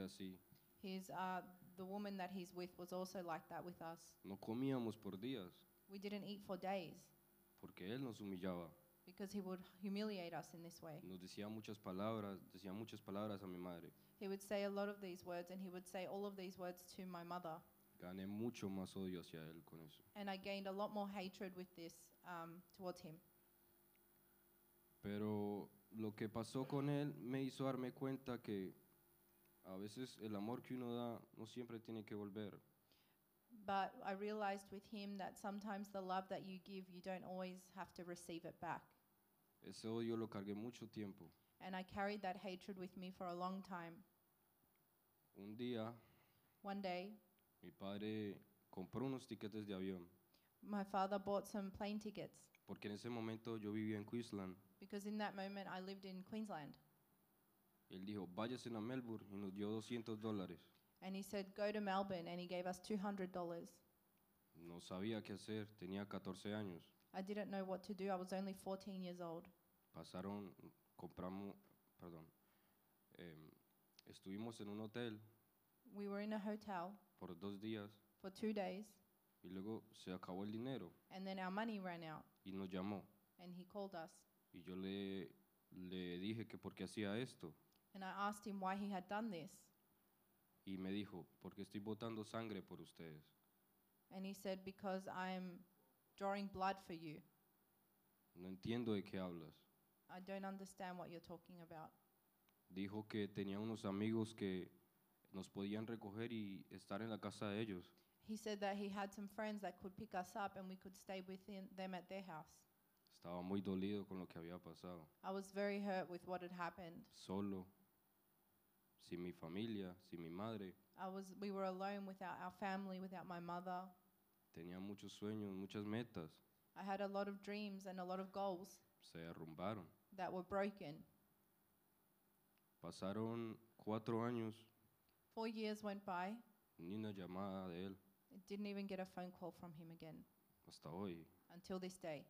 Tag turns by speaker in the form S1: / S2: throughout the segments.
S1: así.
S2: His, uh, the woman that he's with was also like that with us.
S1: No comíamos por días
S2: We didn't eat for days
S1: porque Él nos humillaba.
S2: because he would humiliate us in this way.
S1: Nos decía muchas palabras, decía muchas palabras a mi madre.
S2: He would say a lot of these words and he would say all of these words to my mother.
S1: Gané mucho más odio hacia Él con eso.
S2: And I gained a lot more hatred with this um, towards him.
S1: Pero lo que pasó con Él me hizo darme cuenta que a veces el amor que uno da no siempre tiene que volver.
S2: But I realized with him that sometimes the love that you give, you don't always have to receive it back.
S1: Ese odio lo cargué mucho tiempo.
S2: And I carried that hatred with me for a long time.
S1: Un día
S2: One day,
S1: mi padre compró unos tiquetes de avión
S2: my father bought some plane tickets
S1: porque en ese momento yo vivía en Queensland.
S2: because in that moment I lived in Queensland.
S1: Él dijo, váyase a Melbourne y nos dio 200 dólares.
S2: And he said, Go to Melbourne. And he gave us $200.
S1: No sabía qué hacer, tenía 14 años.
S2: I didn't know what to do. I was only 14 years old.
S1: Pasaron, compramos, perdón, em, estuvimos en un hotel
S2: We were in a hotel
S1: por dos días
S2: for two days.
S1: y luego se acabó el dinero
S2: And then our money ran out.
S1: y nos llamó.
S2: And he called us.
S1: Y yo le, le dije que por qué hacía esto.
S2: And I asked him why he had done this.
S1: Y me dijo, porque estoy botando sangre por ustedes.
S2: And he said, Because I'm drawing blood for you.
S1: No entiendo de qué hablas.
S2: I don't understand what you're talking about.
S1: Dijo que tenía unos amigos que nos podían recoger y estar en la casa de ellos.
S2: He said that he had some friends that could pick us up and we could stay with him- them at their house.
S1: Estaba muy dolido con lo que había pasado.
S2: I was very hurt with what had happened.
S1: Solo, sin mi familia, sin mi madre.
S2: I was, we were alone without our family, without my mother.
S1: Tenía muchos sueños, muchas metas.
S2: I had a lot of dreams and a lot of goals
S1: Se derrumbaron.
S2: that were broken.
S1: Pasaron cuatro años,
S2: Four years went by.
S1: ni una llamada de él
S2: I didn't even get a phone call from him again
S1: hasta hoy.
S2: until this day.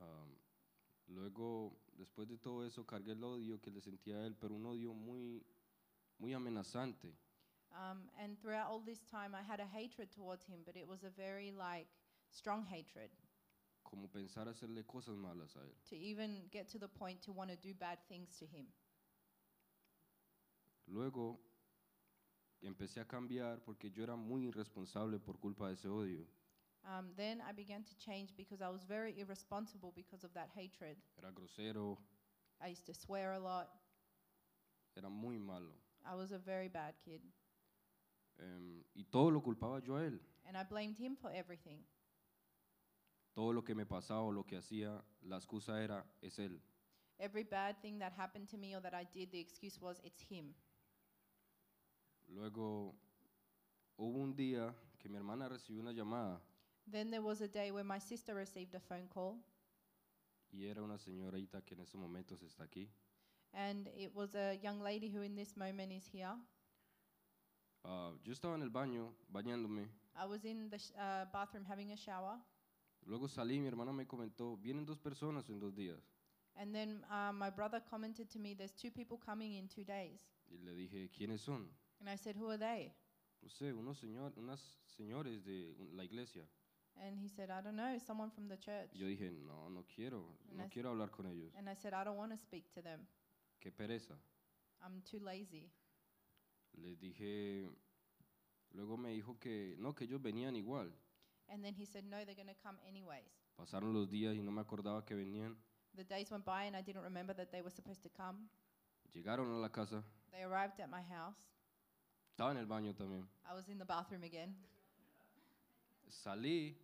S1: Am, luego, después de todo eso, cargué el odio que le sentía a él, pero un odio muy, muy amenazante.
S2: Um, and throughout all this time, I had a hatred towards him, but it was a very like strong hatred
S1: como pensar hacerle cosas malas a él.
S2: to even get to the point to want to do bad things to him.
S1: Luego empecé a cambiar porque yo era muy irresponsable por culpa de ese odio.
S2: Um, then I began to change because I was very irresponsible because of that hatred.
S1: Era grosero,
S2: I used to swear a lot.
S1: era muy malo.
S2: I was a very bad kid,
S1: Em, y todo lo culpaba yo a él.
S2: and I blamed him for everything.
S1: Todo lo que me pasaba o lo que hacía, la excusa era, es él.
S2: Every bad thing that happened to me or that I did, the excuse was, it's him.
S1: Luego hubo un día que mi hermana recibió una llamada
S2: Then there was a day where my sister received a phone call,
S1: y era una señorita que en estos momentos está aquí.
S2: and it was a young lady who, in this moment, is here.
S1: Ah, yo estaba en el baño bañándome.
S2: I was in the sh- uh, bathroom having a shower,
S1: Luego salí y mi hermana me comentó, vienen dos personas en dos días.
S2: and then uh, my brother commented to me, There's two people coming in two days.
S1: Y le dije, ¿quiénes son?
S2: And I said, Who are they?
S1: No sé, unos señor, unas señores de un- la iglesia.
S2: And he said, I don't know, someone from the church.
S1: Y yo dije, no, no quiero, no
S2: Unas-
S1: quiero hablar con ellos.
S2: And I said, I don't want to speak to them.
S1: Qué pereza.
S2: I'm too lazy.
S1: Les dije, luego me dijo que no, que ellos venían igual.
S2: And then he said, No, they're going to come anyways.
S1: Pasaron los días y no me acordaba que venían.
S2: The days went by and I didn't remember that they were supposed to come.
S1: Llegaron a la casa,
S2: They arrived at my house.
S1: estaba en el baño también.
S2: I was in the bathroom again.
S1: Salí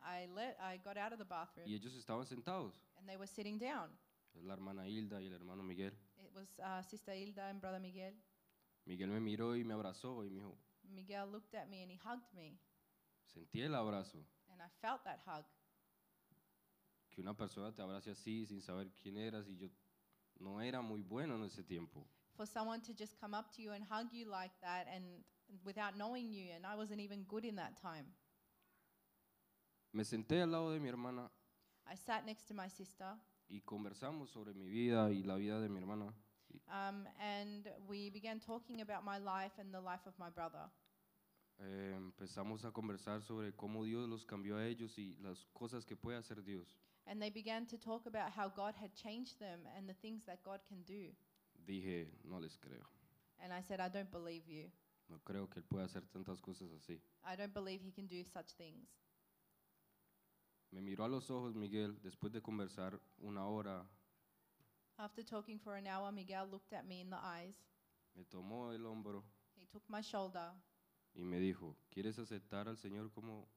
S2: I, let, I got out of the bathroom
S1: y ellos estaban sentados.
S2: and they were sitting down.
S1: La hermana Hilda y el hermano Miguel.
S2: It was uh, Sister Hilda and Brother Miguel.
S1: Miguel me miró y me abrazó y me dijo,
S2: Miguel looked at me and he hugged me.
S1: sentí el abrazo.
S2: And I felt that hug.
S1: que una persona te abrace así sin saber quién eras y yo no era muy bueno en ese tiempo.
S2: For someone to just come up to you and hug you like that and without knowing you, and I wasn't even good in that time.
S1: Me senté al lado de mi hermana
S2: I sat next to my sister
S1: y conversamos sobre mi vida y la vida de mi hermana.
S2: Um, and we began talking about my life and the life of my brother.
S1: Eh, empezamos a conversar sobre cómo Dios los cambió a ellos y las cosas que puede hacer Dios.
S2: And they began to talk about how God had changed them and the things that God can do.
S1: Dije, no les creo.
S2: And I said, I don't believe you.
S1: No creo que Él pueda hacer tantas cosas así.
S2: I don't believe he can do such things.
S1: Me miró a los ojos Miguel después de conversar una hora.
S2: After talking for an hour, Miguel looked at me in the eyes.
S1: Me tomó el hombro
S2: He took my shoulder
S1: y me dijo, ¿quieres aceptar al Señor como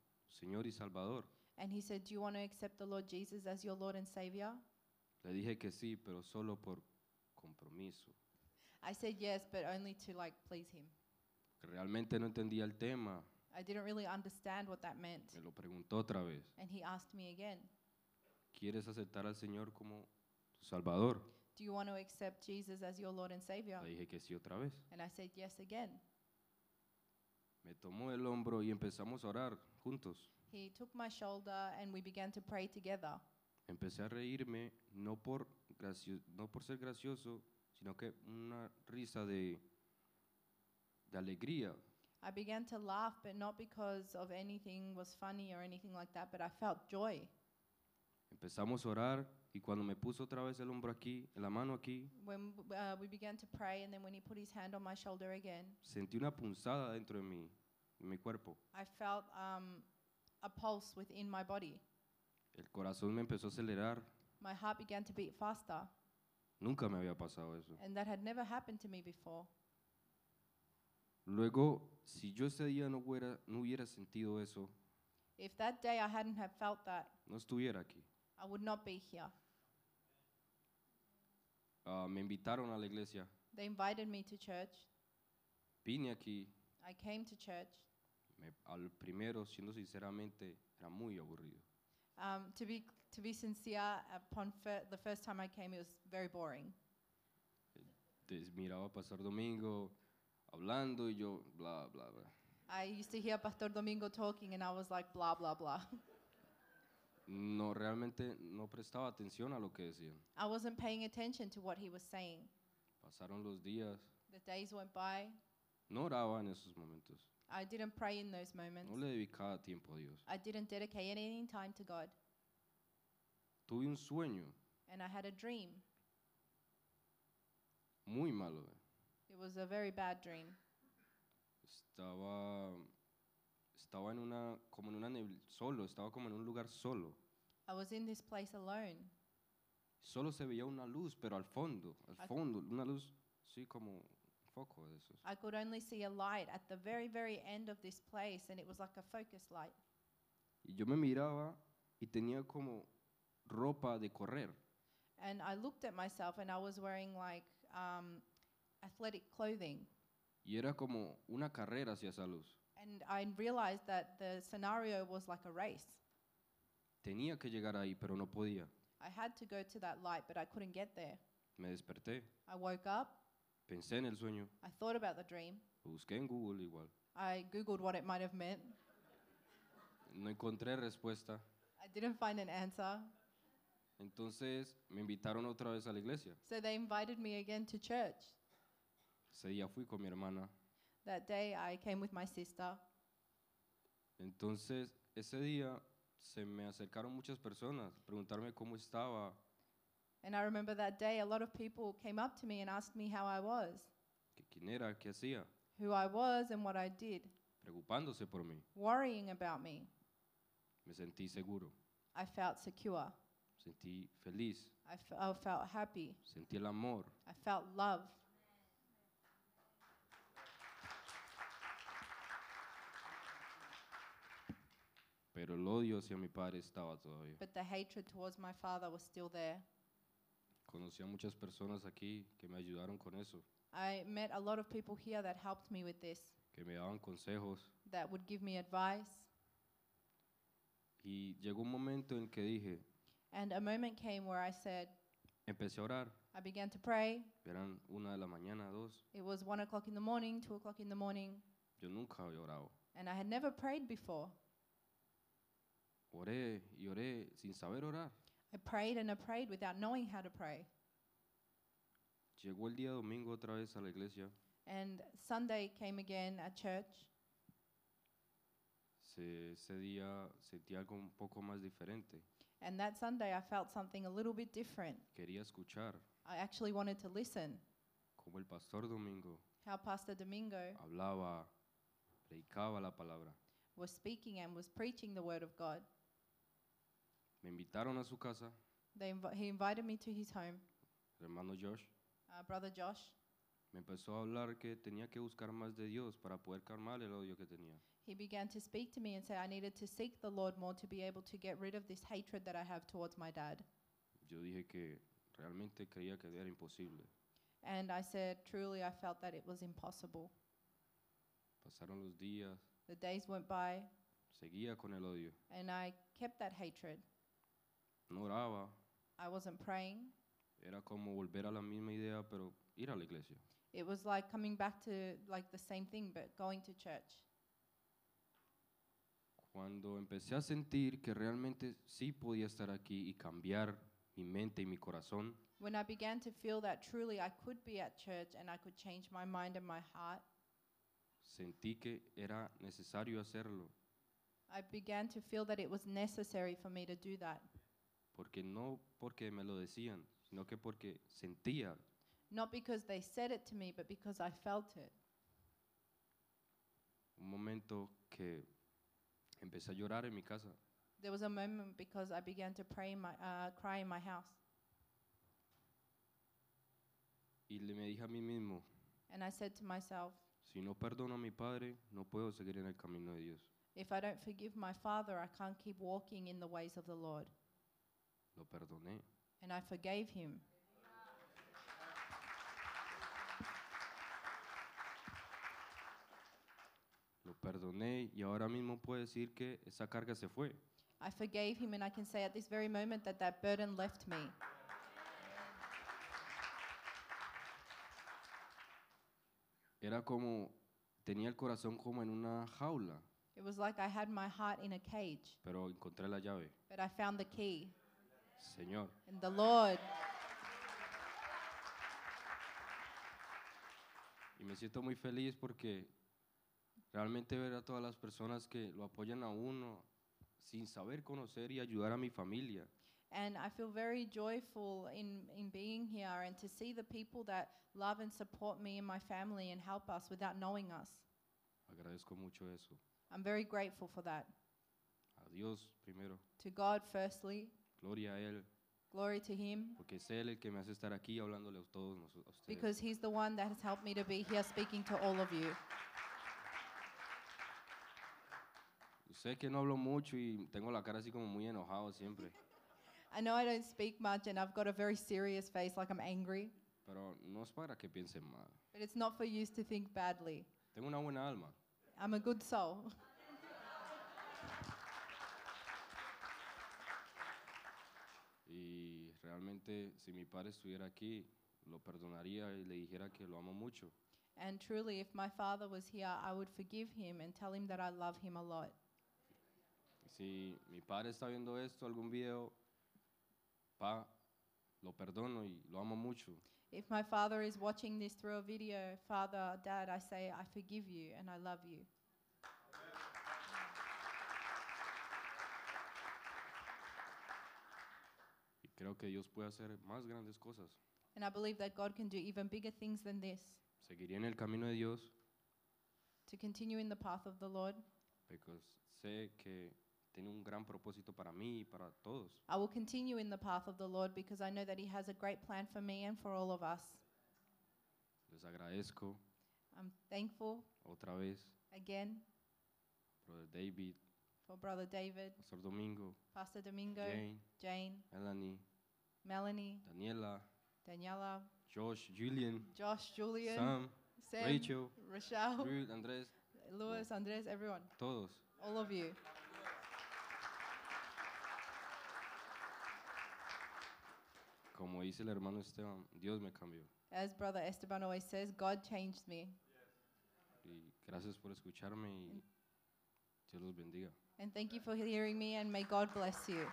S1: Señor y Salvador?
S2: and he said, Do you want to accept the Lord Jesus as your Lord and Savior?
S1: Le dije que sí, pero solo por compromiso.
S2: I said yes, but only to like please him.
S1: Que Realmente no entendía el tema.
S2: I didn't really understand what that meant.
S1: Me lo preguntó otra vez.
S2: And he asked me again,
S1: ¿Quieres aceptar al Señor como tu Salvador?
S2: Do you want to accept Jesus as your Lord and Savior?
S1: Le dije que sí otra vez.
S2: And I said yes again.
S1: Me tomó el hombro y empezamos a orar juntos.
S2: He took my shoulder and we began to pray together.
S1: Empecé a reírme, no por, gracio- no por ser gracioso, sino que una risa de, de alegría.
S2: I began to laugh, but not because of anything was funny or anything like that, but I felt joy.
S1: Empezamos a orar y cuando me puso otra vez el hombro aquí, la mano aquí,
S2: When w- uh, we began to pray, and then when he put his hand on my shoulder again,
S1: sentí una punzada dentro de mi, de mi cuerpo.
S2: I felt um, a pulse within my body.
S1: El corazón me empezó a acelerar.
S2: My heart began to beat faster,
S1: Nunca me había pasado eso.
S2: and that had never happened to me before.
S1: Luego, si yo ese día no hubiera, no hubiera sentido eso,
S2: If that day I hadn't have felt that,
S1: no estuviera aquí.
S2: I would not be here.
S1: Ah, me invitaron a la iglesia.
S2: They invited me to church.
S1: Vine aquí.
S2: I came to church.
S1: Me- al primero, siendo sinceramente, era muy aburrido.
S2: Um, to be to be sincere, upon fir- the first time I came, it was very boring.
S1: Te miraba pasar domingo hablando y yo, bla, bla, bla.
S2: I used to hear Pastor Domingo talking, and I was like, blah blah blah.
S1: No, realmente no prestaba atención a lo que decían.
S2: I wasn't paying attention to what he was saying.
S1: Pasaron los días.
S2: The days went by.
S1: No oraba en esos momentos.
S2: I didn't pray in those moments.
S1: No le dedicaba tiempo a Dios.
S2: I didn't dedicate any time to God,
S1: Tuve un sueño
S2: and I had a dream.
S1: muy malo. eh.
S2: It was a very bad dream.
S1: Estaba, estaba en una, como en una nebl- solo, estaba como en un lugar solo.
S2: I was in this place alone.
S1: Solo se veía una luz, pero al fondo, al
S2: Ac-
S1: fondo, una luz, sí, como un foco de esos.
S2: I could only see a light at the very, very end of this place, and it was like a focus light.
S1: Y yo me miraba y tenía como ropa de correr.
S2: And I looked at myself, and I was wearing like um, athletic clothing.
S1: Y era como una carrera hacia esa luz.
S2: And I realized that the scenario was like a race.
S1: Tenía que llegar ahí, pero no podía.
S2: I had to go to that light, but I couldn't get there.
S1: Me desperté,
S2: I woke up,
S1: pensé en el sueño,
S2: I thought about the dream,
S1: lo busqué en Google igual.
S2: I Googled what it might have meant.
S1: No encontré respuesta.
S2: I didn't find an answer.
S1: Entonces me invitaron otra vez a la iglesia.
S2: So they invited me again to church.
S1: Ese día fui con mi hermana.
S2: That day I came with my sister.
S1: Entonces ese día se me acercaron muchas personas, preguntarme cómo estaba,
S2: And I remember that day a lot of people came up to me and asked me how I was,
S1: que quién era, qué hacía,
S2: who I was, and what I did,
S1: preocupándose por mí.
S2: worrying about me.
S1: Me sentí seguro,
S2: I felt secure.
S1: sentí feliz,
S2: I, f- I felt happy.
S1: sentí el amor.
S2: I felt love.
S1: Pero el odio hacia mi padre estaba todavía.
S2: But the hatred towards my father was still there.
S1: Conocí a muchas personas aquí que me ayudaron con eso,
S2: I met a lot of people here that helped me with this,
S1: que me daban consejos.
S2: that would give me advice.
S1: Y llegó un momento en que dije,
S2: And a moment came where I said,
S1: empecé a orar.
S2: I began to pray.
S1: Eran una de la mañana, dos.
S2: It was one o'clock in the morning, two o'clock in the morning,
S1: Yo nunca había orado.
S2: and I had never prayed before.
S1: Oré y oré sin saber orar.
S2: I prayed and I prayed without knowing how to pray.
S1: Llegó el día domingo otra vez a la iglesia,
S2: And Sunday came again at church.
S1: se, ese día sentí algo un poco más diferente.
S2: And that Sunday, I felt something a little bit different.
S1: Quería escuchar
S2: I actually wanted to listen
S1: cómo el pastor Domingo
S2: how Pastor Domingo
S1: hablaba, predicaba la palabra.
S2: was speaking and was preaching the Word of God.
S1: Me invitaron a su casa,
S2: They invi- he invited me to his home,
S1: el hermano Josh,
S2: uh, Brother Josh.
S1: me empezó a hablar que tenía que buscar más de Dios para poder calmar el odio que tenía.
S2: He began to speak to me and said, I needed to seek the Lord more to be able to get rid of this hatred that I have towards my dad.
S1: Yo dije que realmente creía que era imposible.
S2: And I said, Truly, I felt that it was impossible.
S1: Pasaron los días,
S2: The days went by,
S1: seguía con el odio,
S2: and I kept that hatred.
S1: no oraba,
S2: I wasn't praying.
S1: era como volver a la misma idea, pero ir a la iglesia.
S2: It was like coming back to like the same thing, but going to church.
S1: Cuando empecé a sentir que realmente sí podía estar aquí y cambiar mi mente y mi corazón,
S2: When I began to feel that truly I could be at church and I could change my mind and my heart,
S1: sentí que era necesario hacerlo,
S2: I began to feel that it was necessary for me to do that.
S1: porque no porque me lo decían, sino que porque sentía.
S2: Not because they said it to me, but because I felt it.
S1: Un momento que empecé a llorar en mi casa,
S2: There was a moment because I began to pray in my, uh, cry in my house.
S1: Y le me dije a mí mismo,
S2: And I said to myself,
S1: si no perdono a mi padre, no puedo seguir en el camino de Dios.
S2: if I don't forgive my father, I can't keep walking in the ways of the Lord.
S1: Lo perdoné.
S2: And I forgave him.
S1: Lo perdoné y ahora mismo puedo decir que esa carga se fue.
S2: I forgave him, and I can say at this very moment that that burden left me.
S1: Era como, tenía el corazón como en una jaula,
S2: It was like I had my heart in a cage,
S1: pero encontré la llave.
S2: but I found the key
S1: Señor,
S2: in the Lord.
S1: y me siento muy feliz porque realmente ver a todas las personas que lo apoyan a uno sin saber conocer y ayudar a mi familia.
S2: And I feel very joyful in, in being here and to see the people that love and support me and my family and help us without knowing us.
S1: Agradezco mucho eso.
S2: I'm very grateful for that.
S1: A Dios primero,
S2: To God, firstly,
S1: gloria a Él,
S2: glory to Him,
S1: porque es Él el que me hace estar aquí hablándole a todos noso- a ustedes.
S2: because He's the one that has helped me to be here speaking to all of you.
S1: Sé que no hablo mucho y tengo la cara así como muy enojado siempre,
S2: I know I don't speak much and I've got a very serious face, like I'm angry,
S1: pero no es para que piensen mal.
S2: but it's not for you to think badly.
S1: Tengo una buena alma.
S2: I'm a good soul.
S1: Y realmente si mi padre estuviera aquí, lo perdonaría y le dijera que lo amo mucho.
S2: And truly, if my father was here, I would forgive him and tell him that I love him a lot.
S1: Y si mi padre está viendo esto, algún video, pa, lo perdono y lo amo mucho.
S2: If my father is watching this through a video, Father, Dad, I say, I forgive you and I love you.
S1: Y creo que Dios puede hacer más grandes cosas.
S2: And I believe that God can do even bigger things than this
S1: Seguiré en el camino de Dios,
S2: to continue in the path of the Lord.
S1: porque sé que tiene un gran propósito para mí y para todos.
S2: I will continue in the path of the Lord because I know that He has a great plan for me and for all of us.
S1: Les agradezco
S2: I'm thankful
S1: otra vez,
S2: again
S1: Brother David,
S2: for Brother David,
S1: Pastor Domingo,
S2: Pastor Domingo,
S1: Jane,
S2: Jane
S1: Melanie,
S2: Melanie,
S1: Daniela,
S2: Daniela,
S1: Josh, Julian,
S2: Josh, Julian, Oh.
S1: Sam,
S2: Sam,
S1: Rachel,
S2: Rochelle,
S1: Ruth, Andrés,
S2: Louis, Andres, everyone,
S1: todos.
S2: all of you.
S1: Como dice el hermano Esteban, Dios me cambió.
S2: As Brother Esteban always says, God changed me.
S1: Y gracias por escucharme y Dios los bendiga.
S2: And thank you for hearing me, and may God bless you.